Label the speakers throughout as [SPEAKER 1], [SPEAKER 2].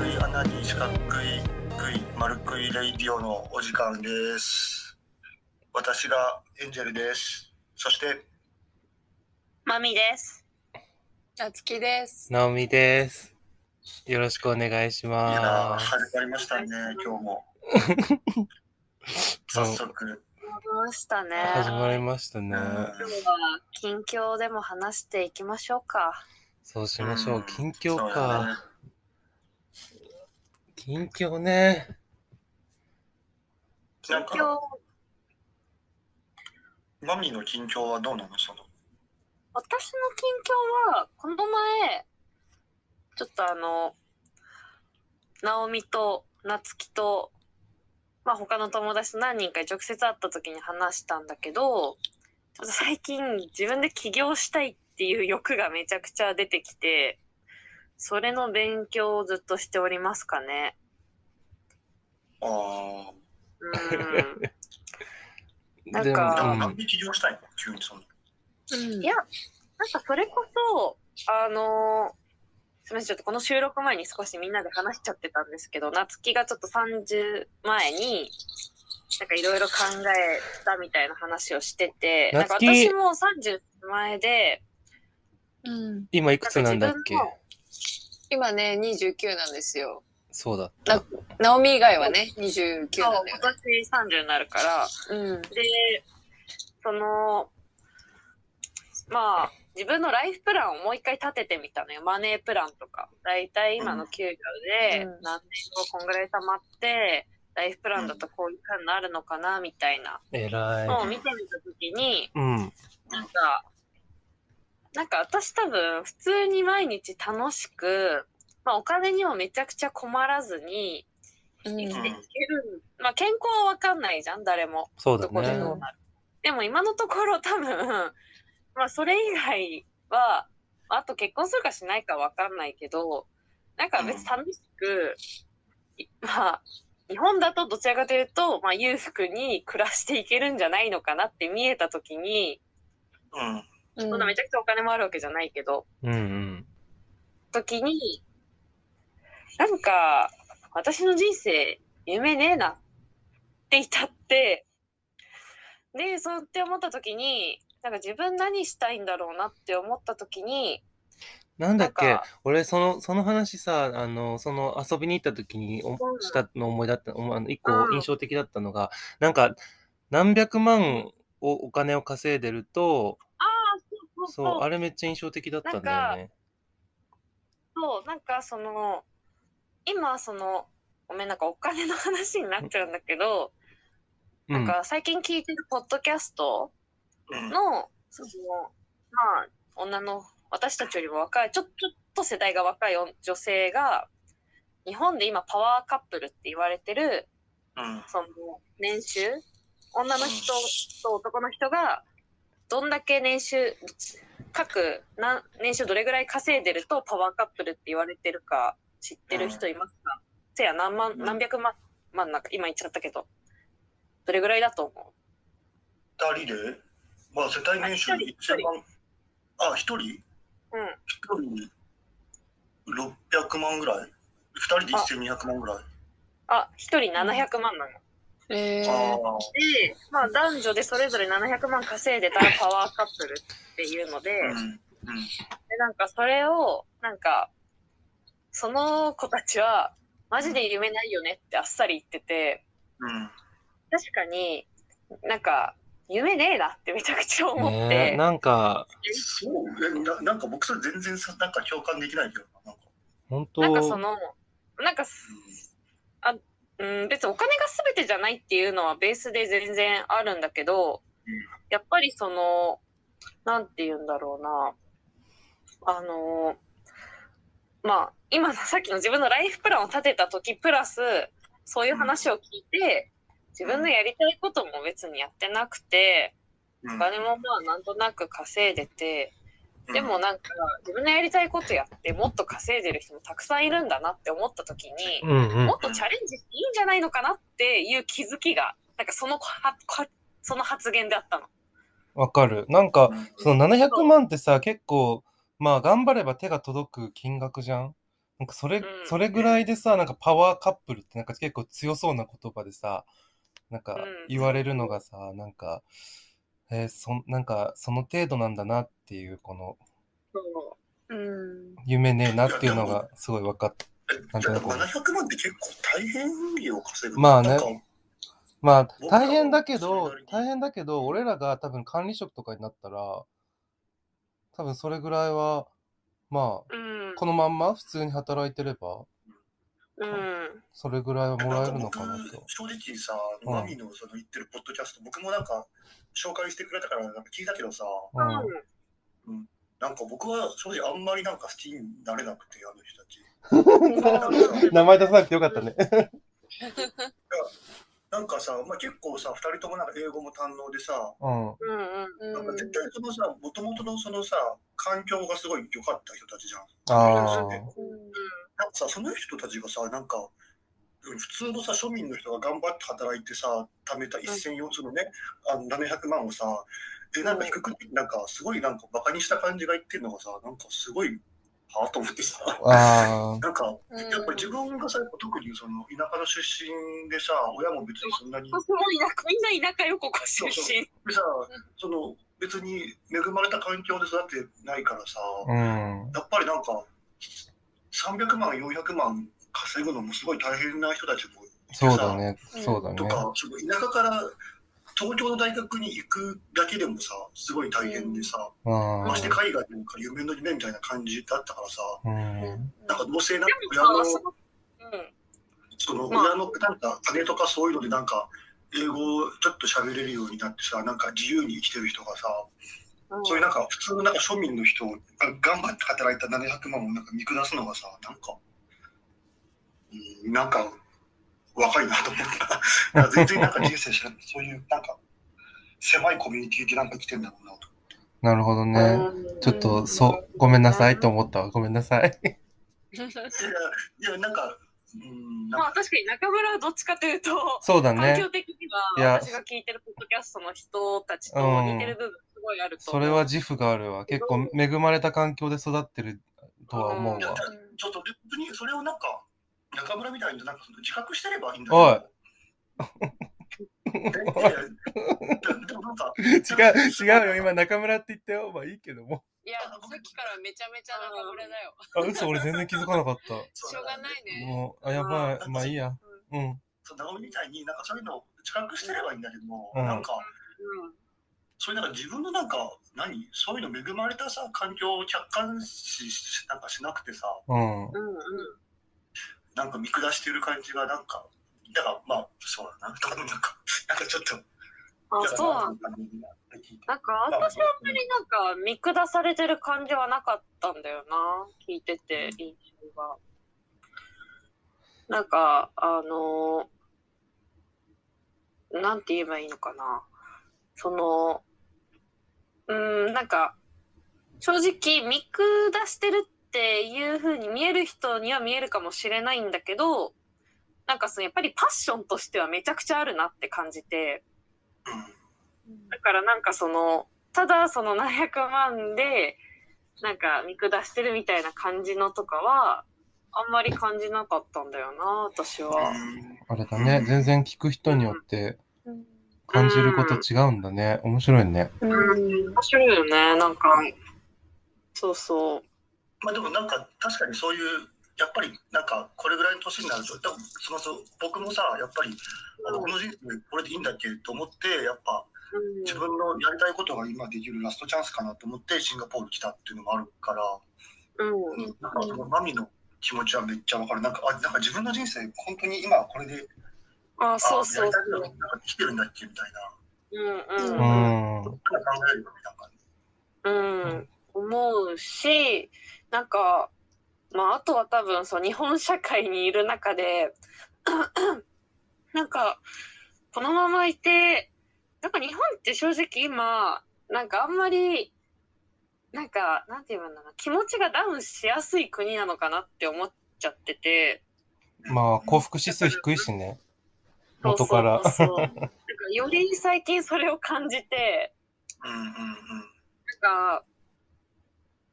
[SPEAKER 1] 四角いくい丸くいレイディオのお時間です。私がエンジェルです。そして
[SPEAKER 2] まみです。
[SPEAKER 3] なつきです。
[SPEAKER 4] ナオミです。よろしくお願いし
[SPEAKER 1] いやー
[SPEAKER 4] ます。
[SPEAKER 1] 始まりましたね今日も。早速、
[SPEAKER 2] 戻したね。
[SPEAKER 4] 始まりました
[SPEAKER 1] うん
[SPEAKER 4] ね。
[SPEAKER 2] 今日は近況でも話していきましょうか。
[SPEAKER 4] そうしましょ
[SPEAKER 1] うん
[SPEAKER 4] う。近況
[SPEAKER 1] そうだね
[SPEAKER 4] か。近況ね。
[SPEAKER 1] な
[SPEAKER 2] 近
[SPEAKER 1] んか
[SPEAKER 2] 況、
[SPEAKER 1] マミーの近況はどうなのその。
[SPEAKER 2] 私の近況はこの前ちょっとあのナオミとなつきとまあ他の友達と何人かに直接会った時に話したんだけどちょっと最近自分で起業したいっていう欲がめちゃくちゃ出てきてそれの勉強をずっとしておりますかね。
[SPEAKER 1] あ
[SPEAKER 2] うんなん
[SPEAKER 4] で
[SPEAKER 1] あ。
[SPEAKER 2] か
[SPEAKER 1] でも
[SPEAKER 2] うん
[SPEAKER 1] マ
[SPEAKER 4] も、
[SPEAKER 1] ミー起業したいの急にその。
[SPEAKER 3] うん
[SPEAKER 2] いや、なんかそれこそ、あのーすみません、ちょっとこの収録前に少しみんなで話しちゃってたんですけど、夏希がちょっと30前に、なんかいろいろ考えたみたいな話をしてて、なんか
[SPEAKER 4] 夏希
[SPEAKER 2] 私も30前で、
[SPEAKER 3] うん、
[SPEAKER 4] 今いくつなんだっけ
[SPEAKER 2] なんか
[SPEAKER 3] 今ね、二十九なんですよ。
[SPEAKER 4] そうだ。
[SPEAKER 3] ナオミ以外はね、二十九
[SPEAKER 2] 今
[SPEAKER 3] なん
[SPEAKER 2] 日
[SPEAKER 3] だよ。
[SPEAKER 2] 今年30になるから、
[SPEAKER 3] うん、
[SPEAKER 2] で、その、まあ、自分のライフプランをもう一回立ててみたのよ。マネープランとか。だいたい今の給料で、
[SPEAKER 3] うん
[SPEAKER 2] 何年後こんぐらい貯まって、ライフプランだとこういう感になるのかな、みたいな
[SPEAKER 4] 偉
[SPEAKER 2] のを
[SPEAKER 4] い。
[SPEAKER 2] 見てみたときに、
[SPEAKER 4] うん。
[SPEAKER 2] なんか、なんか私多分普通に毎日楽しく、まあお金にもめちゃくちゃ困らずに
[SPEAKER 3] うん、
[SPEAKER 2] 生きていける。まあ健康はわかんないじゃん、誰も。
[SPEAKER 4] そうだ
[SPEAKER 2] どこで
[SPEAKER 4] ね。
[SPEAKER 2] どうなる。でも今のところ多分、まあそれ以外は、あと結婚するかしないかわかんないけど、なんか別に楽しく、いまあ、日本だとどちらかというと、まあ裕福に暮らしていけるんじゃないのかなって見えたときに、
[SPEAKER 1] うん。
[SPEAKER 3] うん、
[SPEAKER 2] そんなめちゃくちゃお金もあるわけじゃないけど、
[SPEAKER 4] うんうん。
[SPEAKER 2] 時に、なんか、私の人生、夢ねえなって至って、で、そうって思った時に、なんか自分何したいんだろうなって思った時に、
[SPEAKER 4] なんだっ
[SPEAKER 2] なん
[SPEAKER 4] け
[SPEAKER 2] か
[SPEAKER 4] 俺、その、その話さ、あの、その遊びに行った時にお
[SPEAKER 2] うん
[SPEAKER 4] したの思い出った、おあの
[SPEAKER 2] う
[SPEAKER 4] 一個
[SPEAKER 2] ん
[SPEAKER 4] 印象的だったのが、なんか、何百万をお金を稼いでると、そう、あれめっちゃ印象的だったんだよね。
[SPEAKER 2] そう、なんかその、今その、ごめんなんかお金の話になっちゃうんだけど、
[SPEAKER 4] う
[SPEAKER 2] なん
[SPEAKER 4] ん。
[SPEAKER 2] か最近聞いてるポッドキャスト
[SPEAKER 1] うん。
[SPEAKER 2] の、その、まあ、女の、私たちよりも若い、ちょちょっと世代が若い女性が、日本で今パワーカップルって言われてる、
[SPEAKER 1] うん。
[SPEAKER 2] その、年収女の人と男の人が、どんだけ年収、各、な年収どれぐらい稼いでるとパワーカップルって言われてるか知ってる人いますか、せや、何万、何百万、まあなんか今言っちゃったけど、どれぐらいだと思う
[SPEAKER 1] 二人で、まあ世帯年収
[SPEAKER 2] あ一人
[SPEAKER 1] 1000万、あ、一人
[SPEAKER 2] うん
[SPEAKER 1] 一人600万ぐらい二人で1200万ぐらい
[SPEAKER 2] あ、一人700万なの。
[SPEAKER 3] え
[SPEAKER 1] あ
[SPEAKER 3] ー、
[SPEAKER 1] あ、
[SPEAKER 2] で、まあ、男女でそれぞれ700万稼いでたパワーカップルっていうので
[SPEAKER 1] うん、うん、
[SPEAKER 2] でなんかそれを、なんか、その子たちは、マジで夢ないよねってあっさり言ってて、
[SPEAKER 1] うん、
[SPEAKER 2] 確かになんか、夢ねえなってめちゃくちゃ思っ
[SPEAKER 4] ねえ
[SPEAKER 2] て、
[SPEAKER 4] なんか、
[SPEAKER 1] そうえななんか僕それ全然さなんか共感できないけどななんか
[SPEAKER 4] 本当
[SPEAKER 2] なんかその、なんかす、うん、別にお金が全てじゃないっていうのはベースで全然あるんだけど
[SPEAKER 1] うん、
[SPEAKER 2] やっぱりその、なんて言うんだろうな、あの、まあ、今さっきの自分のライフプランを立てた時プラス、そういう話を聞いて、自分のやりたいことも別にやってなくて、
[SPEAKER 1] うん
[SPEAKER 2] お金もまあなんとなく稼いでて、でもなんか自分のやりたいことやってもっと稼いでる人もたくさんいるんだなって思った時に、
[SPEAKER 4] うんうん
[SPEAKER 2] もっとチャレンジしていいんじゃないのかなっていう気づきが、なんかそのはこその発言だったの。
[SPEAKER 4] わかる。なんか、
[SPEAKER 1] うん
[SPEAKER 4] その700万ってさ、結構、まあ、頑張れば手が届く金額じゃんなんかそれ、
[SPEAKER 2] ん
[SPEAKER 4] それぐらいでさ、なんかパワーカップルってなんか結構強そうな言葉でさ、なんか
[SPEAKER 2] うん
[SPEAKER 4] 言われるのがさ、なんか、えーそん、なんかその程度なんだなっていう、この
[SPEAKER 2] そう
[SPEAKER 3] うん。
[SPEAKER 4] 夢ねえなっていうのがすごい分かった。
[SPEAKER 1] えじゃあ700万って結構大変よ、稼ぐ。
[SPEAKER 4] まあね
[SPEAKER 1] なんか
[SPEAKER 4] まあ
[SPEAKER 1] 僕らも
[SPEAKER 4] 大変だけ
[SPEAKER 1] そ
[SPEAKER 4] ど
[SPEAKER 1] れなり、に
[SPEAKER 4] 大変だけど、俺らが多分管理職とかになったら、多分それぐらいは、まあ、
[SPEAKER 2] うん。
[SPEAKER 4] このまんま普通に働いてれば、
[SPEAKER 2] うん。
[SPEAKER 4] それぐらいはもらえる
[SPEAKER 1] な
[SPEAKER 4] の
[SPEAKER 1] んか
[SPEAKER 4] かな
[SPEAKER 1] 僕
[SPEAKER 4] と。
[SPEAKER 1] 正直さ、
[SPEAKER 4] うん
[SPEAKER 1] マミのその言ってるポッドキャスト、僕もなんか紹介してくれたからなんか聞いたけどさ、
[SPEAKER 4] うん
[SPEAKER 1] なんか僕は正直あんまりなんか好きになれなくて、あの人たち。
[SPEAKER 2] うん
[SPEAKER 4] 名前出さなくてよかったね。
[SPEAKER 1] なんかさ、まあ、結構さ、2人ともなんか英語も堪能でさ、
[SPEAKER 4] う
[SPEAKER 2] う
[SPEAKER 4] ん。
[SPEAKER 2] んうん。
[SPEAKER 3] う
[SPEAKER 1] なんか
[SPEAKER 3] ん
[SPEAKER 1] 絶対そのさ、もともとのそのさ、環境がすごい良かった人たちじゃん。
[SPEAKER 4] ああ。
[SPEAKER 1] なんかさ、その人たちがさ、なんか、うん普通のさ、庶民の人が頑張って働いてさ、貯めた1400、そのね、あの700万をさ、で、なんか低くて、なんかすごいなんかバカにした感じが言ってるのがさ、なんかすごい、はぁと思ってさ、
[SPEAKER 4] あ
[SPEAKER 1] なんか、
[SPEAKER 3] うん
[SPEAKER 1] やっぱり自分がさ、やっぱ特にその田舎の出身でさ、親も別にそんなに、
[SPEAKER 2] 私も田舎みんな田舎よここ出身。
[SPEAKER 1] でさ、その別に恵まれた環境で育ってないからさ、
[SPEAKER 4] あ。うん。
[SPEAKER 1] やっぱりなんか、300万、400万稼ぐのもすごい大変な人たちもいてさ
[SPEAKER 4] そうだね。そうだね
[SPEAKER 1] と。か、その田舎から東京の大学に行くだけでもさ、すごい大変でさ、
[SPEAKER 4] うん
[SPEAKER 1] まして海外なんか夢の夢みたいな感じだったからさ、
[SPEAKER 4] うん。
[SPEAKER 1] なんかどうせなんか
[SPEAKER 2] で
[SPEAKER 1] 親
[SPEAKER 2] も
[SPEAKER 1] の
[SPEAKER 2] さ、そのう
[SPEAKER 1] その
[SPEAKER 2] ん。まあ
[SPEAKER 1] 親のなんか金とかそういうのでなんか英語をちょっと喋れるようになってさなんか自由に生きてる人がさ、
[SPEAKER 2] うん
[SPEAKER 1] そういうなんか普通のなんか庶民の人が頑張って働いた700万をなんか見下すのがさなんか、うん、なんか若いなと思 ったなんか全然なんか人生知らないそういうなんか狭いコミュニティでなんか来てんだろうなと
[SPEAKER 4] なるほどね。ちょっと、そう、ごめんなさいと思ったわ。ごめんなさい。
[SPEAKER 1] いやいやなんかうんなん
[SPEAKER 2] ま
[SPEAKER 1] か
[SPEAKER 2] あ確かに中村はどっちかというと、
[SPEAKER 4] そうだ
[SPEAKER 2] 環
[SPEAKER 4] ね
[SPEAKER 2] 境。的に
[SPEAKER 4] い
[SPEAKER 2] は
[SPEAKER 4] や
[SPEAKER 2] 私が聞いてるポッドキャストの人たちと似てる部分すごいあると
[SPEAKER 4] そ
[SPEAKER 2] 思う。
[SPEAKER 4] れは自負があるわ。結構恵まれた環境で育ってるとは思うわ。
[SPEAKER 1] ちょっと別にそれをなんか中村みたいになんかその自覚してればいいんだ
[SPEAKER 4] おい
[SPEAKER 1] いやいやいやでもなん か
[SPEAKER 4] 違う、違うよ。今、中村って言ったよ。まあいいけども。
[SPEAKER 3] いや、さっきからめちゃめちゃ中村だよ。
[SPEAKER 4] あ、嘘、俺全然気づかなかった。
[SPEAKER 1] そう
[SPEAKER 3] しょうがないね。
[SPEAKER 4] もう、あ、やばい。まあいいや。うん。
[SPEAKER 1] そう直美みたいになんかそういうのを自覚してればいいんだけども、
[SPEAKER 4] うん
[SPEAKER 1] なんかそういうなんか自分のなんか何そういうの恵まれたさ環境を客観視しなんかしなくてさ
[SPEAKER 4] うん。
[SPEAKER 2] うんうんうん。
[SPEAKER 1] なんか見下してる感じがなんかだからまあそうだなとかなんかなんかちょっと
[SPEAKER 2] あ、そうなんだ
[SPEAKER 1] だな聞いて
[SPEAKER 2] なんか私はあんまりなんか見下されてる感じはなかったんだよな聞いてて印象が。なんかあのーなんて言えばいいのかなそのうーんなんか正直見下してるっていう風に見える人には見えるかもしれないんだけどなんかそのやっぱりパッションとしてはめちゃくちゃあるなって感じて。だからなんかそのただその700万でなんか見下してるみたいな感じのとかはあんまり感じなかったんだよな私は。
[SPEAKER 4] あれだね。全然聞く人によって
[SPEAKER 3] うん
[SPEAKER 4] 感じること違うんだね。面白いね。
[SPEAKER 3] うん
[SPEAKER 2] 面白いよねなんかそうそう。
[SPEAKER 1] まあでもなんか確かにそういうやっぱりなんかこれぐらいの年になると多分そのそう僕もさやっぱりあ
[SPEAKER 2] う
[SPEAKER 1] の
[SPEAKER 2] ん
[SPEAKER 1] この人生これでいいんだっけと思ってやっぱ
[SPEAKER 2] うん
[SPEAKER 1] 自分のやりたいことが今できるラストチャンスかなと思ってシンガポール来たっていうのもあるから、
[SPEAKER 2] うん
[SPEAKER 1] なんかそのマミの気持ちはめっちゃわかるなんかあなんか自分の人生本当に今これで
[SPEAKER 2] あ
[SPEAKER 1] あ
[SPEAKER 2] そうそうそ
[SPEAKER 1] やりたいこ
[SPEAKER 2] う。
[SPEAKER 1] となんか生きてるんだっけみたいな
[SPEAKER 2] うん
[SPEAKER 4] う
[SPEAKER 2] うんうん
[SPEAKER 4] ん。
[SPEAKER 1] ことを考えるよねなんか
[SPEAKER 2] うん、思うしなんか、まあ、あとは多分そう日本社会にいる中で なんかこのままいてなんか日本って正直今なんかあんまりなんかなんて言うんだろうな気持ちがダウンしやすい国なのかなって思っちゃってて。
[SPEAKER 4] まあ幸福指数低いしね。
[SPEAKER 2] そうそ
[SPEAKER 4] 元
[SPEAKER 2] う
[SPEAKER 4] から。
[SPEAKER 2] そうそうなんかより最近それを感じて
[SPEAKER 1] うんうんうん
[SPEAKER 2] なんか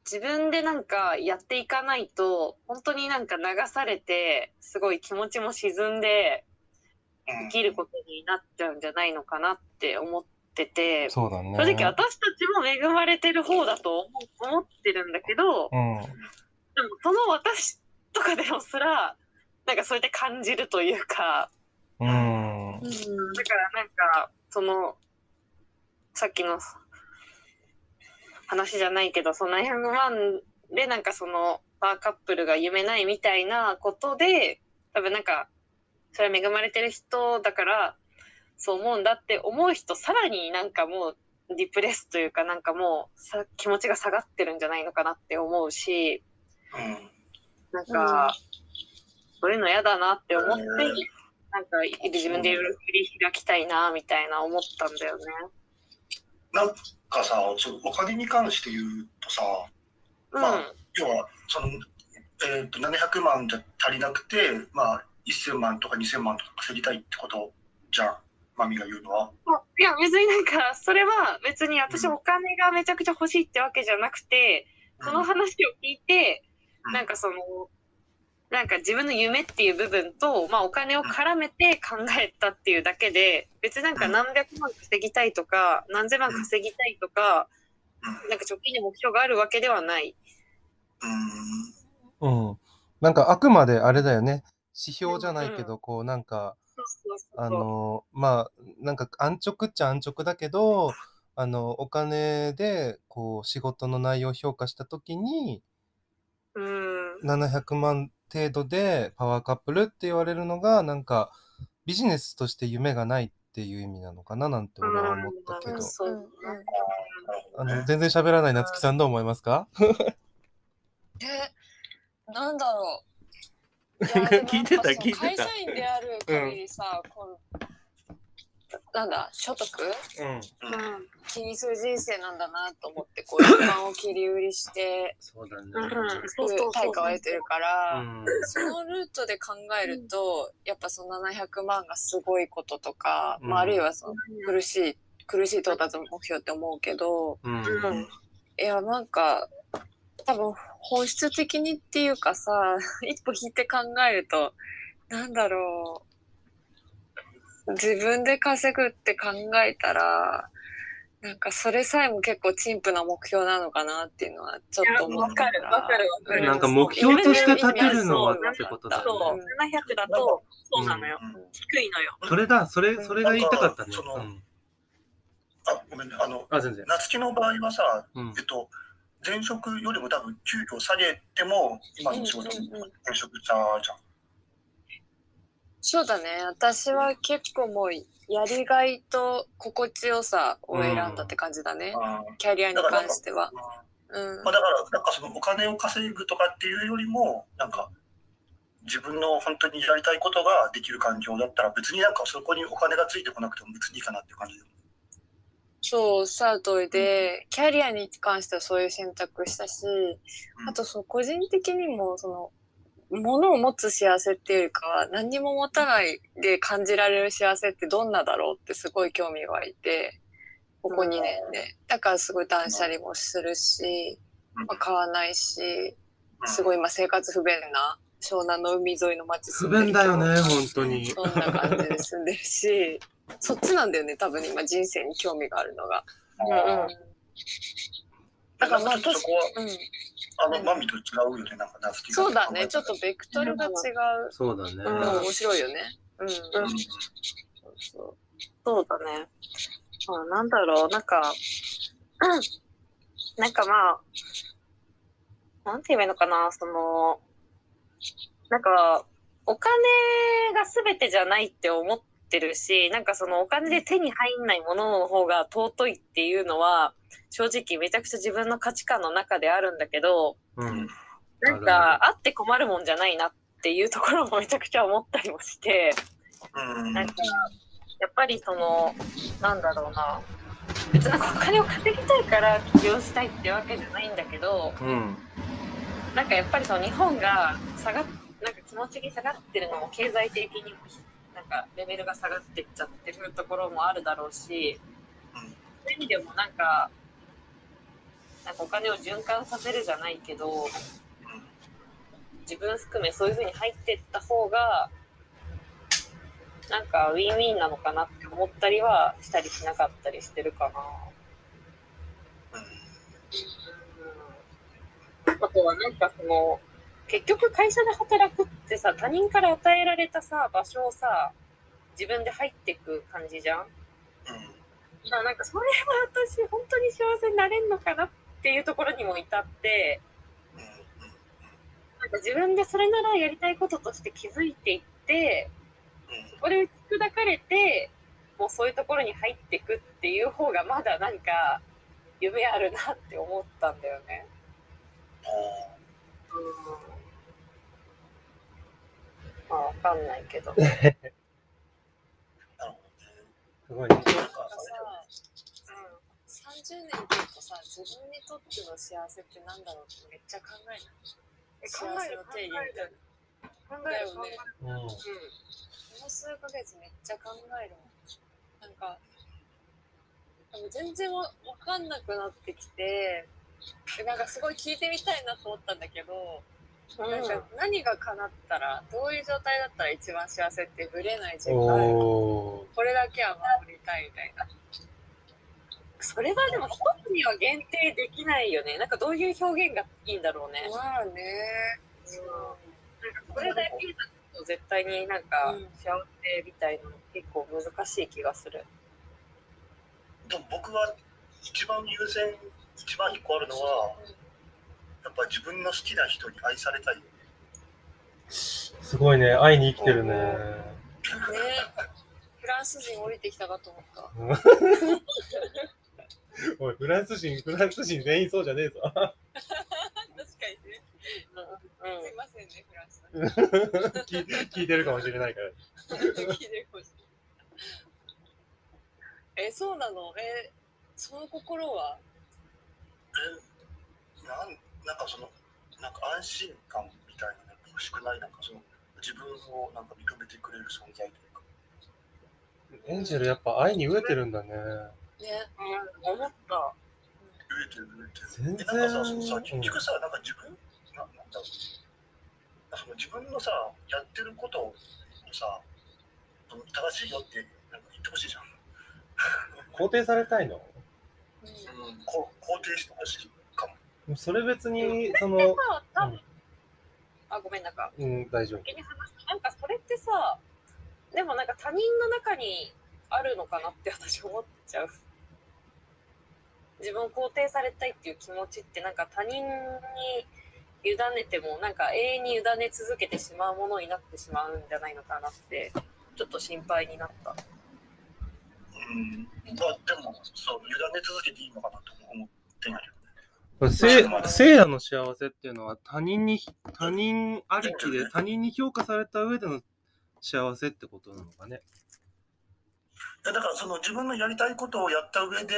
[SPEAKER 2] 自分でなんかやっていかないと本当になんか流されてすごい気持ちも沈んで生きることになっちゃうんじゃないのかなって思ってて
[SPEAKER 4] そうだね。
[SPEAKER 2] 正直私たちも恵まれてる方だと思思ってるんだけど
[SPEAKER 4] うん。
[SPEAKER 2] でもその私とかでもすらなんかそうやって感じるというか
[SPEAKER 4] う
[SPEAKER 2] だ
[SPEAKER 4] ん。
[SPEAKER 2] からなんかそのさっきの話じゃないけどその100万でなんかそのパーカップルが夢ないみたいなことで多分なんかそれは恵まれてる人だからそう思うんだって思う人さらになんかもうリプレスというかなんかもうさ気持ちが下がってるんじゃないのかなって思うし
[SPEAKER 1] うん
[SPEAKER 2] なんか、そういうの嫌だなって思って、
[SPEAKER 1] うん
[SPEAKER 2] なんか自分でいろいろ切り開きたいなみたいな思ったんだよね。
[SPEAKER 1] なんかさ、そのお金に関して言うとさ、
[SPEAKER 2] うん。
[SPEAKER 1] まあ要はその、えー、と700万じゃ足りなくて、まあ、1000万とか2000万とか稼ぎたいってことじゃん、マミが言うのは。
[SPEAKER 2] まあいや別になんかそれは別に私お金がめちゃくちゃ欲しいってわけじゃなくて、その話を聞いて
[SPEAKER 1] うん
[SPEAKER 2] なんかそのなんか自分の夢っていう部分と、まあ、お金を絡めて考えたっていうだけで別になんか何百万稼ぎたいとか何千万稼ぎたいとかなんか貯金に目標があるわけではない。
[SPEAKER 1] うん、うん
[SPEAKER 4] うん。なんかあくまであれだよね。指標じゃないけど、こうなんか、
[SPEAKER 2] そうそうそう
[SPEAKER 4] あの、まあ、なんか安直っちゃ安直だけど、あの、お金で、こう、仕事の内容を評価したときに、
[SPEAKER 2] うん
[SPEAKER 4] 700万程度でパワーカップルって言われるのが、なんか、ビジネスとして夢がないっていう意味なのかななんて俺は思ったけど
[SPEAKER 2] うん。
[SPEAKER 3] そううんうん
[SPEAKER 1] なるほど
[SPEAKER 4] あ
[SPEAKER 1] ね
[SPEAKER 4] の、全然喋らない夏木さんどう思いますか
[SPEAKER 3] え、なんだろう。
[SPEAKER 4] なんか聞いてた聞いてた
[SPEAKER 3] 会社員である限りさ、こうなんだ所得
[SPEAKER 4] うん。
[SPEAKER 2] うん
[SPEAKER 3] 気にする人生なんだなと思ってこう時間を切り売りして
[SPEAKER 4] そうだね
[SPEAKER 2] うんそうそうそう
[SPEAKER 3] 対価を得てるから。
[SPEAKER 4] ん。
[SPEAKER 3] そのルートで考えると、やっぱその700万がすごいこととか、
[SPEAKER 4] うん
[SPEAKER 3] まあ、あるいはその苦しい、苦しい到達目標って思うけど、
[SPEAKER 4] うん。
[SPEAKER 2] うん
[SPEAKER 3] いや、なんか、多分本質的にっていうかさ、 一歩引いて考えると、なんだろう。自分で稼ぐって考えたら、なんかそれさえも結構陳腐な目標なのかなっていうのはちょっと思った
[SPEAKER 2] いやわかるわかるわかる
[SPEAKER 4] なんか目標として立てるのはっ
[SPEAKER 2] そう
[SPEAKER 4] てことだ
[SPEAKER 2] そ
[SPEAKER 4] よ
[SPEAKER 2] う
[SPEAKER 4] ね。
[SPEAKER 2] 700だとそうなのよ、
[SPEAKER 1] うん
[SPEAKER 2] 低いのよ
[SPEAKER 4] それだ、それ、それが言いたかったね
[SPEAKER 1] なんかそ。の
[SPEAKER 4] うん
[SPEAKER 1] あごめんねあの
[SPEAKER 4] あ、全然。
[SPEAKER 1] 夏希の場合はさ、
[SPEAKER 4] うん
[SPEAKER 1] えっと、前職よりも多分給料下げても今の仕事に
[SPEAKER 3] うんうんうん
[SPEAKER 1] 転職したじゃん。
[SPEAKER 3] そうだね。私は結構もう、やりがいと心地よさを選んだって感じだね。
[SPEAKER 1] あー
[SPEAKER 3] キャリアに関しては。うん
[SPEAKER 1] まあ、。だからなんかそのお金を稼ぐとかっていうよりもなんか自分の本当にやりたいことができる環境だったら別になんかそこにお金がついてこなくても別にいいかなっていう感じで。
[SPEAKER 3] そう、おっしゃる通りで、キャリアに関してはそういう選択したし、あとそう、個人的にも、その、物を持つ幸せっていうよりかは、何にも持たないで感じられる幸せってどんなだろうってすごい興味湧いて、ここ2年で。だからすごい断捨離もするし、まあ、買わないし、すご
[SPEAKER 1] い。
[SPEAKER 3] い今生活不便な湘南の海沿いの街
[SPEAKER 4] 不
[SPEAKER 3] 住んで
[SPEAKER 4] 便
[SPEAKER 3] る
[SPEAKER 4] だ
[SPEAKER 3] けど
[SPEAKER 4] よね、本当に。
[SPEAKER 3] そんな感じで住んでるし、そっちなんだよね、多分今人生に興味があるのが。
[SPEAKER 2] うんうん
[SPEAKER 1] だからまあそこは
[SPEAKER 3] うん、
[SPEAKER 1] あのマミと違うよねなんか夏希が
[SPEAKER 3] そうだね、ちょっとベクトルが違う。
[SPEAKER 4] そうだ
[SPEAKER 3] うん、
[SPEAKER 4] ね。
[SPEAKER 3] 面白いよね。う
[SPEAKER 1] う
[SPEAKER 3] ん、
[SPEAKER 1] ん
[SPEAKER 3] そうそ
[SPEAKER 2] そうだねまあなんだろうなんかうんなんかまあなんて言えばいいのかなそのなんかお金が全てじゃないって思ってるしなんかそのお金で手に入んないものの方が尊いっていうのは正直めちゃくちゃ自分の価値観の中であるんだけど、
[SPEAKER 4] うん。
[SPEAKER 2] なんか、あって困るもんじゃないなっていうところもめちゃくちゃ思ったりもして、
[SPEAKER 1] うんうん
[SPEAKER 2] なんか、やっぱりその、なんだろうな、別になんかお金を稼ぎたいから起業したいってわけじゃないんだけど、
[SPEAKER 4] うん。
[SPEAKER 2] なんかやっぱりその日本が下がっ、なんか気持ちに下がってるのも経済的にも、なんかレベルが下がってっちゃってるところもあるだろうし
[SPEAKER 1] うん、
[SPEAKER 2] そういう意味でもなんか、なんかお金を循環させるじゃないけど自分含めそういうふうに入ってった方がなんかウィンウィンなのかなって思ったりはしたりしなかったりしてるかな。うんあとはなんかその結局会社で働くってさ他人から与えられたさ場所をさ自分で入っていく感じじゃん。まあなんかそれは私本当に幸せになれんのかなっていうところにも至ってなんか自分でそれならやりたいこととして気づいていってそこで打ち砕かれてもうそういうところに入っていくっていう方がまだなんか夢あるなって思ったんだよね。うん、まあわかんないけど。
[SPEAKER 4] すごい。
[SPEAKER 3] 30年っていうとさ、自分にとっての幸せってなんだろうってめっちゃ考えない。幸せの定義みたいな。だよね。
[SPEAKER 4] うん
[SPEAKER 3] この数ヶ月めっちゃ考えるもん。なんか、でも全然わわかんなくなってきて、でなんかすごい聞いてみたいなと思ったんだけど、
[SPEAKER 2] うん
[SPEAKER 3] なんか何が叶ったら、どういう状態だったら一番幸せってぶれない時間あるの
[SPEAKER 4] おー
[SPEAKER 3] これだけは守りたいみたいな。
[SPEAKER 2] それはでも一つには限定できないよね。なんかどういう表現がいいんだろうね。
[SPEAKER 3] まあね。
[SPEAKER 2] なんかこれだけだと絶対になんか
[SPEAKER 3] うん
[SPEAKER 2] 幸せみたいなの結構難しい気がする。
[SPEAKER 1] でも僕は一番優先一番一個あるのはやっぱり自分の好きな人に愛されたい
[SPEAKER 4] すごいね。愛に生きてるね。
[SPEAKER 3] ね。フランス人降りてきたかと思った。
[SPEAKER 4] おい、フランス人、フランス人全員そうじゃねえぞ。
[SPEAKER 3] 確かにね。
[SPEAKER 2] うん。
[SPEAKER 3] すいませんね、フランスさん。
[SPEAKER 4] 聞聞いてるかもしれないから。
[SPEAKER 3] 聞いてほしい え、そうなのえ、その心は
[SPEAKER 1] えなんなんかそのなんか安心感みたいなのが欲しくないなんかその自分をなんか認めてくれる存在というか
[SPEAKER 4] エンジェルやっぱ愛に飢えてるんだね。
[SPEAKER 3] ね。
[SPEAKER 2] うん思った。
[SPEAKER 1] 飢えてる飢えてる
[SPEAKER 4] 全
[SPEAKER 1] で
[SPEAKER 4] 然。
[SPEAKER 1] なんかさそのさ
[SPEAKER 4] う
[SPEAKER 1] 結
[SPEAKER 4] ん
[SPEAKER 1] 局さなんか自分ななんだろうその自分のさやってることをさその正しいよってなんか言ってほしいじゃん、
[SPEAKER 4] 肯定されたいの
[SPEAKER 3] うん
[SPEAKER 1] うん、こ肯定してほしいかも
[SPEAKER 4] それ別に、その、
[SPEAKER 2] まあ多分あごめんなんか
[SPEAKER 4] うん、大丈夫。
[SPEAKER 2] 先に話したなんかそれってさでもなんか他人の中にあるのかなって私思っちゃう自分を肯定されたいっていう気持ちってなんか他人に委ねてもなんか永遠に委ね続けてしまうものになってしまうんじゃないのかなってちょっと心配にな った
[SPEAKER 1] うんまあでもそう委ね続けていいのかなと思ってないよ
[SPEAKER 4] せ聖夜の幸せっていうのは他人に、他人ありきで、他人に評価された上での幸せってことなのかね。
[SPEAKER 1] いやだからその自分のやりたいことをやった上で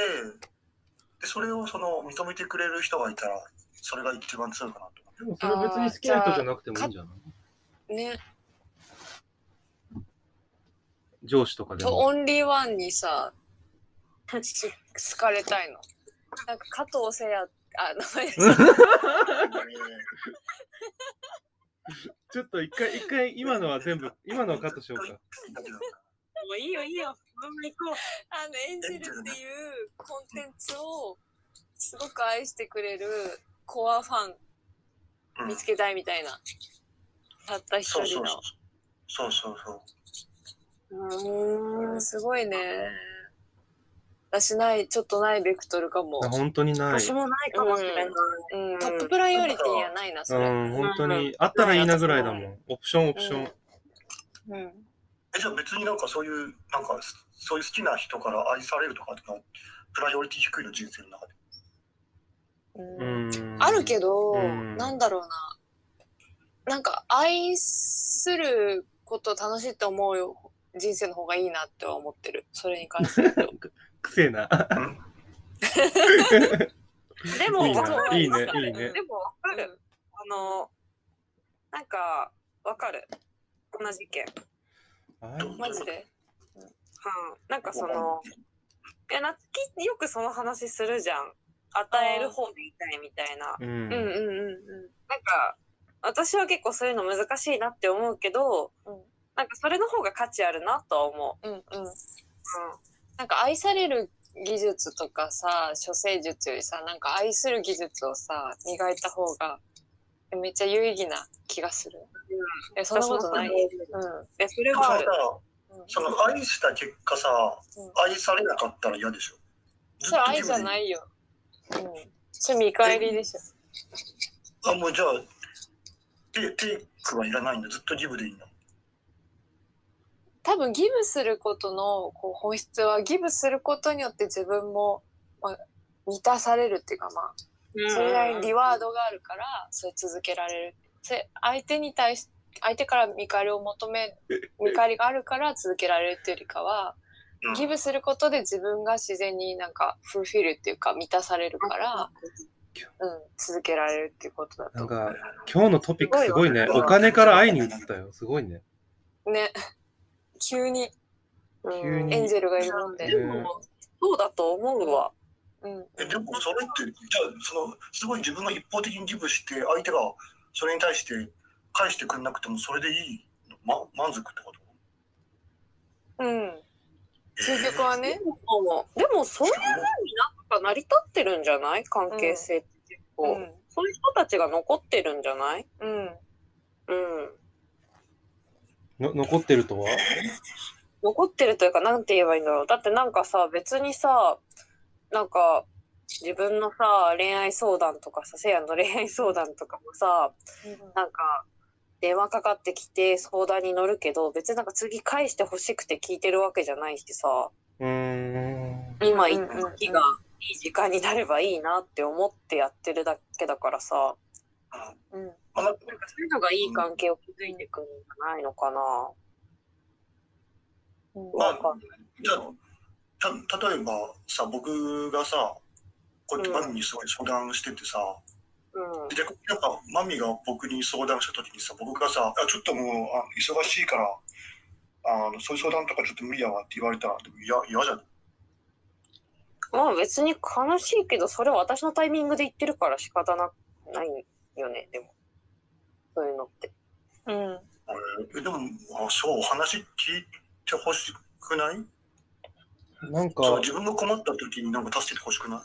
[SPEAKER 1] でそれをその認めてくれる人がいたらそれが一番強いかなと思
[SPEAKER 4] でもそれ別に好きな人じゃなくてもいいんじゃない
[SPEAKER 3] ね。
[SPEAKER 4] 上司とかで
[SPEAKER 3] と、
[SPEAKER 4] も。
[SPEAKER 3] オンリーワンにさ、す好かれたいの。なんか、加藤誠也、あ、名前です。
[SPEAKER 1] う。
[SPEAKER 4] ちょっと一回、一回、今のは全部、今のはカットしようか。
[SPEAKER 1] だけど
[SPEAKER 2] もういいよいいよそのまま行こう
[SPEAKER 3] あの、エンジェルっていうコンテンツを、すごく愛してくれるコアファン
[SPEAKER 1] うん
[SPEAKER 3] 見つけたいみたいな。たった一
[SPEAKER 1] そうそ
[SPEAKER 3] 人
[SPEAKER 1] う
[SPEAKER 3] の。
[SPEAKER 1] そうそうそう
[SPEAKER 3] うーん、すごいね。私ない、ちょっとないベクトルかも。
[SPEAKER 4] 本当にない。
[SPEAKER 2] 私もないかもしれない、
[SPEAKER 3] ううん、トッププライオリティにはないな、
[SPEAKER 4] う
[SPEAKER 3] それ。
[SPEAKER 4] ん、本当に。あったらいいなぐらいだもん。オプション、オプション。
[SPEAKER 3] うん。
[SPEAKER 1] えじゃあ別になんかそういうなんかそういう好きな人から愛されるとかってのはプライオリティ低いの人生の中で
[SPEAKER 3] うん
[SPEAKER 4] うん。
[SPEAKER 3] あるけど、
[SPEAKER 4] うん
[SPEAKER 3] なんだろうな。なんか、愛することを楽しいと思うよ人生の方がいいなっては思ってる。それに関して。
[SPEAKER 4] くせえな。
[SPEAKER 2] でも
[SPEAKER 4] いいね
[SPEAKER 2] わかる
[SPEAKER 4] いいねいいね
[SPEAKER 2] でもわかるあの、なんか、わかる。この事件。
[SPEAKER 1] はい
[SPEAKER 3] マジで。
[SPEAKER 2] うん。なんかその、いや、なつきよくその話するじゃん。与える方でいたいみたいな。
[SPEAKER 4] う
[SPEAKER 3] うんうん
[SPEAKER 4] ん。
[SPEAKER 3] う
[SPEAKER 2] なんか、私は結構そういうの難しいなって思うけど、
[SPEAKER 3] うん
[SPEAKER 2] なんかそれの方が価値あるなとは思
[SPEAKER 3] んうんうんうん。
[SPEAKER 2] う。
[SPEAKER 3] なんか愛される技術とかさ、処世術よりさ、なんか愛する技術をさ、磨いた方が、めっちゃ有意義な気がする。え、そんなことない。
[SPEAKER 2] い
[SPEAKER 3] うん。
[SPEAKER 2] や、それ
[SPEAKER 1] でも
[SPEAKER 2] はあ
[SPEAKER 1] さ
[SPEAKER 2] る。
[SPEAKER 3] うん
[SPEAKER 1] その愛した結果さ
[SPEAKER 3] うん
[SPEAKER 1] 愛されなかったら嫌でしょず
[SPEAKER 3] そ
[SPEAKER 1] っ
[SPEAKER 3] れ
[SPEAKER 1] と
[SPEAKER 3] 愛じゃないいよ。うん。それ見返りでしょ。
[SPEAKER 1] あもうじゃあテテイクはいらないんだずっとギブでいいんだ
[SPEAKER 3] 多分ギブすることのこう本質はギブすることによって自分も、まあ、満たされるっていうかまあそれなりにリワードがあるからそれ続けられるそれ相手に対し相手から見返りを求め見返りがあるから続けられるっていうよりかは
[SPEAKER 1] うん
[SPEAKER 3] ギブすることで自分が自然になんかフルフィルっていうか満たされるから、うん、続けられるっていうことだ
[SPEAKER 4] な
[SPEAKER 3] と
[SPEAKER 4] ん
[SPEAKER 3] 思
[SPEAKER 4] か、今日のトピックすごいね。お金から愛に移ったよ。すごいね。
[SPEAKER 3] うね 急に
[SPEAKER 4] 急に
[SPEAKER 3] エンジェルがいるもんで
[SPEAKER 2] で、も、そうだと思うわ。
[SPEAKER 3] うん、
[SPEAKER 1] えでもそれってじゃあそのすごい自分が一方的にギブして相手がそれに対して返してくれなくてもそれでいいの、ま、満足ってこと
[SPEAKER 3] うん、究極はね
[SPEAKER 2] でも、でもそういうふうになんか成り立ってるんじゃない関係性って結構、
[SPEAKER 3] うん
[SPEAKER 2] そういう人たちが残ってるんじゃない
[SPEAKER 3] うん
[SPEAKER 2] うん。
[SPEAKER 4] の残ってるとは
[SPEAKER 2] 残ってるというか、なんて言えばいいんだろう。だってなんかさ、別にさ、なんか、自分のさ、恋愛相談とかさ、せやの恋愛相談とかもさ、なんか、電話かかってきて相談に乗るけど、別になんか次返してほしくて聞いてるわけじゃないしさ、
[SPEAKER 4] うーん。
[SPEAKER 2] 今
[SPEAKER 3] うん
[SPEAKER 2] 行
[SPEAKER 3] うんうん
[SPEAKER 2] った日がいい時間になればいいなって思ってやってるだけだからさ、
[SPEAKER 3] うん
[SPEAKER 1] あな
[SPEAKER 2] なんかそういうのがいい関係を築いていくんじゃないのかな。
[SPEAKER 3] うん
[SPEAKER 1] まあ
[SPEAKER 2] わかんない
[SPEAKER 1] じゃあた例えばさ僕がさこうやってマミにすごい相談しててさ、
[SPEAKER 2] うん。
[SPEAKER 1] でなんかマミが僕に相談した時にさ僕がさ「あちょっともうあ忙しいからあのそういう相談とかちょっと無理やわ」って言われたらでも嫌嫌じゃん
[SPEAKER 2] まあ別に悲しいけど、それは私のタイミングで言ってるから仕方なないよね、でも。そういうのって。
[SPEAKER 3] うん
[SPEAKER 1] えでもあそう話聞いてほしくない
[SPEAKER 4] なん
[SPEAKER 1] そう
[SPEAKER 4] か、
[SPEAKER 1] 自分が困った時になんか助けてほしくない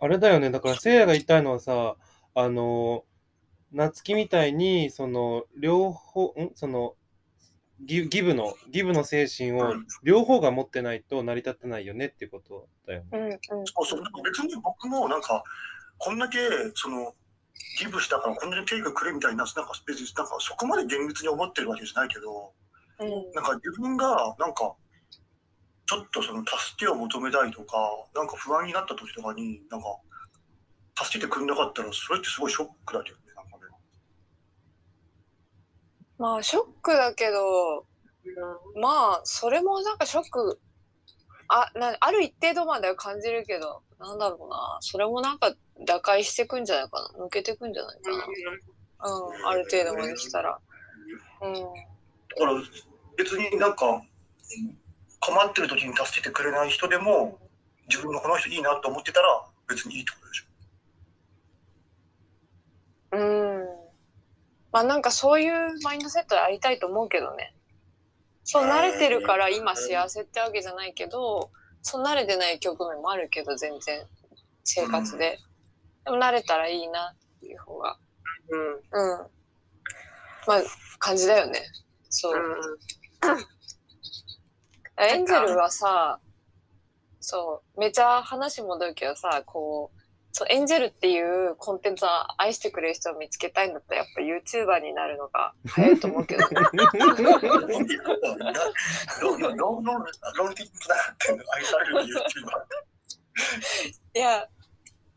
[SPEAKER 4] あれだよね。だから、せいやが言いたいのはさ、あの、夏希みたいに、その、両方、んその、ギギブの、ギブの精神を両方が持ってないと成り立ってないよねっていうことだよね。
[SPEAKER 3] うんうん
[SPEAKER 1] そうそうでも別に僕もなんかこんだけそのギブしたからこんだけテイクくれみたいななんか別になんかそこまで厳密に思ってるわけじゃないけど
[SPEAKER 3] うん
[SPEAKER 1] なんか自分がなんかちょっとその助けを求めたいとかなんか不安になった時とかになんか助けてくれなかったらそれってすごいショックだけどねなんかね
[SPEAKER 3] まあショックだけどまあそれもなんかショックあなある一定度までは感じるけどなんだろうなそれもなんか打開していくんじゃないかな抜けていくんじゃないかな、うん、ある程度まで来たら、うん、
[SPEAKER 1] だから別になんか困ってる時に助けてくれない人でも自分がこの人いいなと思ってたら別にいいってことでしょ
[SPEAKER 3] うんまあなんかそういうマインドセットでありたいと思うけどね。そう慣れてるから今幸せってわけじゃないけど、そう慣れてない局面もあるけど全然生活で。でも慣れたらいいなっていう方が。
[SPEAKER 2] うん。
[SPEAKER 3] うん。まあ感じだよね。そう。
[SPEAKER 2] う
[SPEAKER 3] エンジェルはさ、そう、めちゃ話戻るけどさ、こう、そう、エンジェルっていうコンテンツは愛してくれる人を見つけたいんだったらやっぱ YouTuber になるのが早いと思うけどね。
[SPEAKER 1] 論理論論論論理的なっていうの愛される YouTuber
[SPEAKER 3] いや、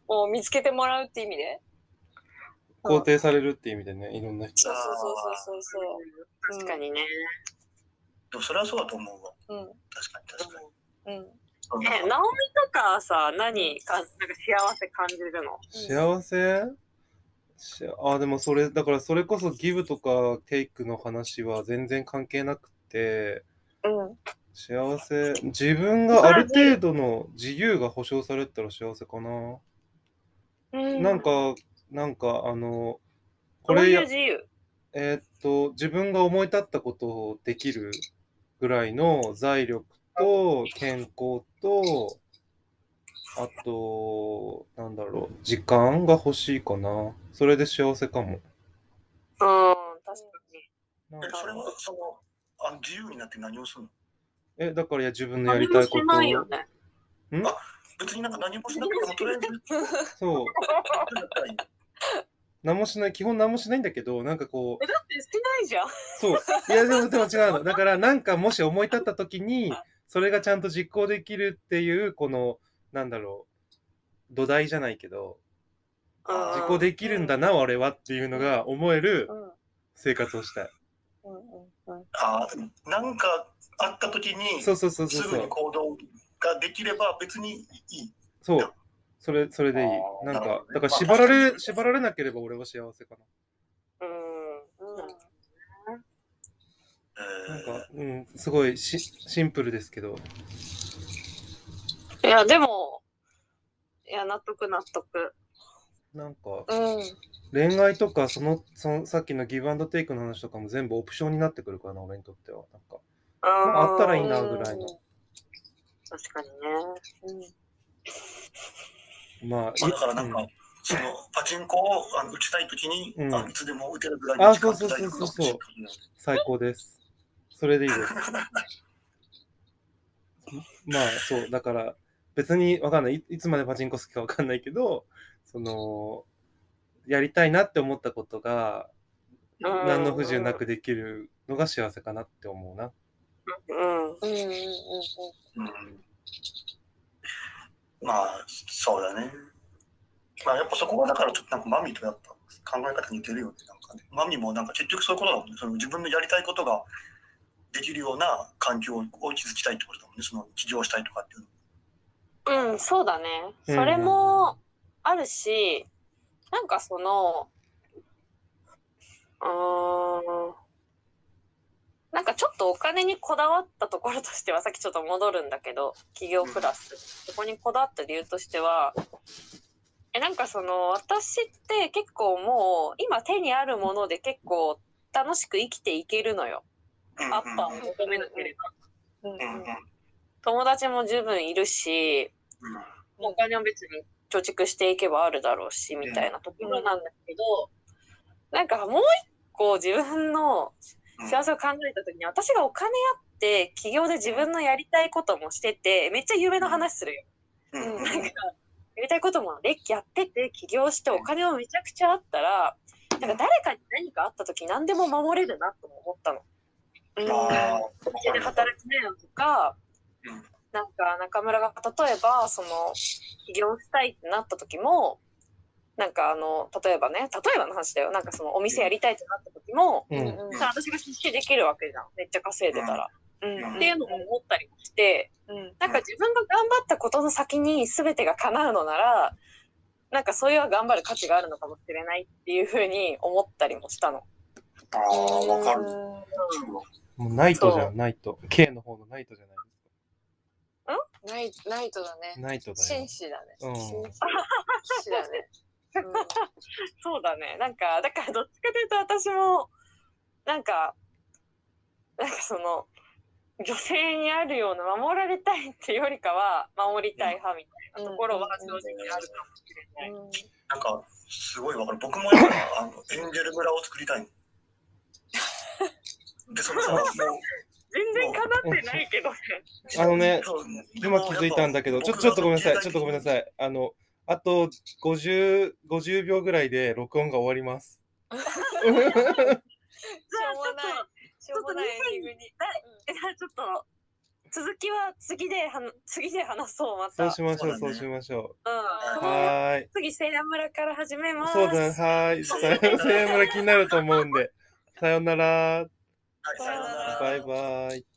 [SPEAKER 3] もう見つけてもらうって意味で。
[SPEAKER 4] 肯定されるっていう意味でね、いろんな人。
[SPEAKER 3] そうそうそうそうそう。
[SPEAKER 2] ん、確かにね。
[SPEAKER 1] でもそれはそうだと思うわ
[SPEAKER 3] うん。
[SPEAKER 1] 確かに確かに
[SPEAKER 3] うん。うん。
[SPEAKER 1] そう
[SPEAKER 2] え、ナオミとかはさ、何か、なんか幸せ感じるの
[SPEAKER 4] 幸せしあでもそれだからそれこそギブとかテイクの話は全然関係なくて
[SPEAKER 3] うん。
[SPEAKER 4] 幸せ自分がある程度の自由が保障されたら幸せかな
[SPEAKER 3] うん
[SPEAKER 4] なんか、なんか、あの、
[SPEAKER 2] そ
[SPEAKER 4] こ
[SPEAKER 2] う
[SPEAKER 4] れ
[SPEAKER 2] いう
[SPEAKER 4] や、
[SPEAKER 2] 自由。
[SPEAKER 4] えーっと、自分が思い立ったことをできるぐらいの財力と健康と、あと、なんだろう、時間が欲しいかな。それで幸せか
[SPEAKER 2] う
[SPEAKER 4] も。
[SPEAKER 2] ん、確かに。
[SPEAKER 4] なん
[SPEAKER 1] え
[SPEAKER 4] か
[SPEAKER 1] それはそのあの自由になって何をするの
[SPEAKER 4] え、だからいや自分のや
[SPEAKER 2] 何
[SPEAKER 4] りた
[SPEAKER 2] も
[SPEAKER 4] い
[SPEAKER 2] し
[SPEAKER 4] こと
[SPEAKER 2] ないよね。
[SPEAKER 1] 別になんか何もしなくてもとりあえず
[SPEAKER 4] そう、何もしない、基本何もしないんだけど、なんかこう、
[SPEAKER 2] え、だってしてないじゃん。
[SPEAKER 4] そう。いや、でも、でも違うの。だから、なんか、もし思い立った時に、それがちゃんと実行できるっていう、この、なんだろう、土台じゃないけど、
[SPEAKER 1] あー
[SPEAKER 4] 実行できるんだな、俺はっていうのが思える
[SPEAKER 3] うん
[SPEAKER 4] 生活をしたい。
[SPEAKER 3] うんうんうん
[SPEAKER 1] あーなんかあった時に
[SPEAKER 4] そうそうそうそ
[SPEAKER 1] す
[SPEAKER 4] う
[SPEAKER 1] ぐ
[SPEAKER 4] そ
[SPEAKER 1] に
[SPEAKER 4] う。
[SPEAKER 1] 行動ができれば別にいい。
[SPEAKER 4] そう。それ、それでいい。
[SPEAKER 1] あー
[SPEAKER 4] なん
[SPEAKER 1] なるほど
[SPEAKER 4] か
[SPEAKER 1] ね、
[SPEAKER 4] だから
[SPEAKER 1] まあ
[SPEAKER 4] 縛ら
[SPEAKER 1] 確か
[SPEAKER 4] れ、
[SPEAKER 1] に
[SPEAKER 4] 縛られなければ俺は幸せか
[SPEAKER 2] うん。
[SPEAKER 1] え
[SPEAKER 4] な。なん
[SPEAKER 1] ー
[SPEAKER 4] か、うん、すごいしシンプルですけど。
[SPEAKER 2] いや、でも、いや、納得納得。
[SPEAKER 4] なんか、
[SPEAKER 3] うん
[SPEAKER 4] 恋愛とか、その、その、さっきのギブアンドテイクの話とかも全部オプションになってくるからな、俺にとっては。なんか、
[SPEAKER 2] あ
[SPEAKER 4] あったらいいな
[SPEAKER 3] うん
[SPEAKER 4] ぐらいの
[SPEAKER 2] 確かにね。
[SPEAKER 3] うん
[SPEAKER 4] まあ、
[SPEAKER 1] まあ、だからなん
[SPEAKER 4] う
[SPEAKER 1] か、そのパチンコをあの打ちたいときに、
[SPEAKER 4] うん
[SPEAKER 1] あのいつでも打てるぐらいの時間と体力が欲しいってことね
[SPEAKER 4] 最高です。それでい いです。まあ、そう、だから、別にわかんない。いいつまでパチンコ好きかわかんないけど、その、やりたいなって思ったことが、
[SPEAKER 2] うん
[SPEAKER 4] 何の不自由なくできるのが幸せかなって思うな。
[SPEAKER 2] うん。
[SPEAKER 3] うんうんうん
[SPEAKER 1] うん まあ、そうだね。まあ、やっぱそこがだからちょっとなんかマミとやっぱ考え方似てるよね。なんかねマミもなんか結局そういうことだもんね。その自分のやりたいことができるような環境を築きたいってことだもんね。その起業したいとかっていうの。
[SPEAKER 2] うん、そうだね。
[SPEAKER 4] うん
[SPEAKER 2] それもあるし、なんかその、うーん、なんかちょっとお金にこだわったところとしては、さっきちょっと戻るんだけど、企業プラス。そこにこだわった理由としては、え、なんかその、私って結構もう、今手にあるもので結構楽しく生きていけるのよ。
[SPEAKER 1] うん
[SPEAKER 2] アッパーを求めなければ。
[SPEAKER 3] うん
[SPEAKER 1] うんうんうん
[SPEAKER 2] 友達も十分いるし、
[SPEAKER 1] うん
[SPEAKER 2] お金は別に貯蓄していけばあるだろうしみたいなところなんだけど、なんかもう一個自分の幸せを考えた時に私がお金あって起業で自分のやりたいこともしててめっちゃ夢の話するよ。
[SPEAKER 1] うんうんうん
[SPEAKER 2] なんかやりたいことも歴やってて起業してお金もめちゃくちゃあったらなんか誰かに何かあった時何でも守れるなとも思ったの。
[SPEAKER 1] あ あ
[SPEAKER 2] 一緒に働きなよとか、
[SPEAKER 1] うん
[SPEAKER 2] なんか中村が例えばその起業したいってなった時もなんかあの例えばね例えばの話だよなんかそのお店やりたいってなった時も、
[SPEAKER 4] う
[SPEAKER 3] うん
[SPEAKER 4] ん。
[SPEAKER 3] うん
[SPEAKER 2] さ私が出資できるわけじゃんめっちゃ稼いでたら、
[SPEAKER 1] うん
[SPEAKER 2] っていうのも思ったりもして
[SPEAKER 3] うん
[SPEAKER 2] なんか自分が頑張ったことの先に全てが叶うのならなんかそういう頑張る価値があるのかもしれないっていうふうに思ったりもしたの。
[SPEAKER 1] ああ、わかる。
[SPEAKER 4] もうナイトじゃ
[SPEAKER 2] そ
[SPEAKER 4] ん、ナイト。K の方のナイトじゃないです
[SPEAKER 3] ナイナイトだね
[SPEAKER 4] か。ナイトだよ
[SPEAKER 3] 紳。士だね。
[SPEAKER 4] うん
[SPEAKER 3] 紳士だ ね。うん
[SPEAKER 2] そうだね。なんか、だからどっちかというと私も、なんか、なんかその、女性にあるような守られたいってよりかは、守りたい派みたいなところは正直あるかもしれない。
[SPEAKER 3] うん
[SPEAKER 1] なんか、すごいわかる。僕もやっぱ、あの、エンジェル村を作りたいの。で、そのさ、もう、
[SPEAKER 2] 全然かなってないけどね。
[SPEAKER 4] あのね
[SPEAKER 1] そう、
[SPEAKER 4] 今気づいたんだけど、ちょ、ちょっとごめんなさい、ちょっとごめんなさ
[SPEAKER 1] い。
[SPEAKER 4] い。あの、あと50、50秒ぐらいで録音が終わります。
[SPEAKER 2] じゃあちょっと、
[SPEAKER 3] しょうもないエンディングに。
[SPEAKER 2] えじゃあちょっと、続きは次ではな、次で話そう、また。
[SPEAKER 4] そううしましょう、
[SPEAKER 1] そ
[SPEAKER 4] そう
[SPEAKER 1] だ
[SPEAKER 4] う
[SPEAKER 1] ね
[SPEAKER 4] しましょう。
[SPEAKER 2] ん。この
[SPEAKER 4] はーい。
[SPEAKER 2] 次、セイラ村から始めます。
[SPEAKER 4] そうだね、はーい。
[SPEAKER 1] そう
[SPEAKER 4] さよさよなら気になると思うんで。さよなら。
[SPEAKER 1] はい、さようなら。
[SPEAKER 4] バイバイ。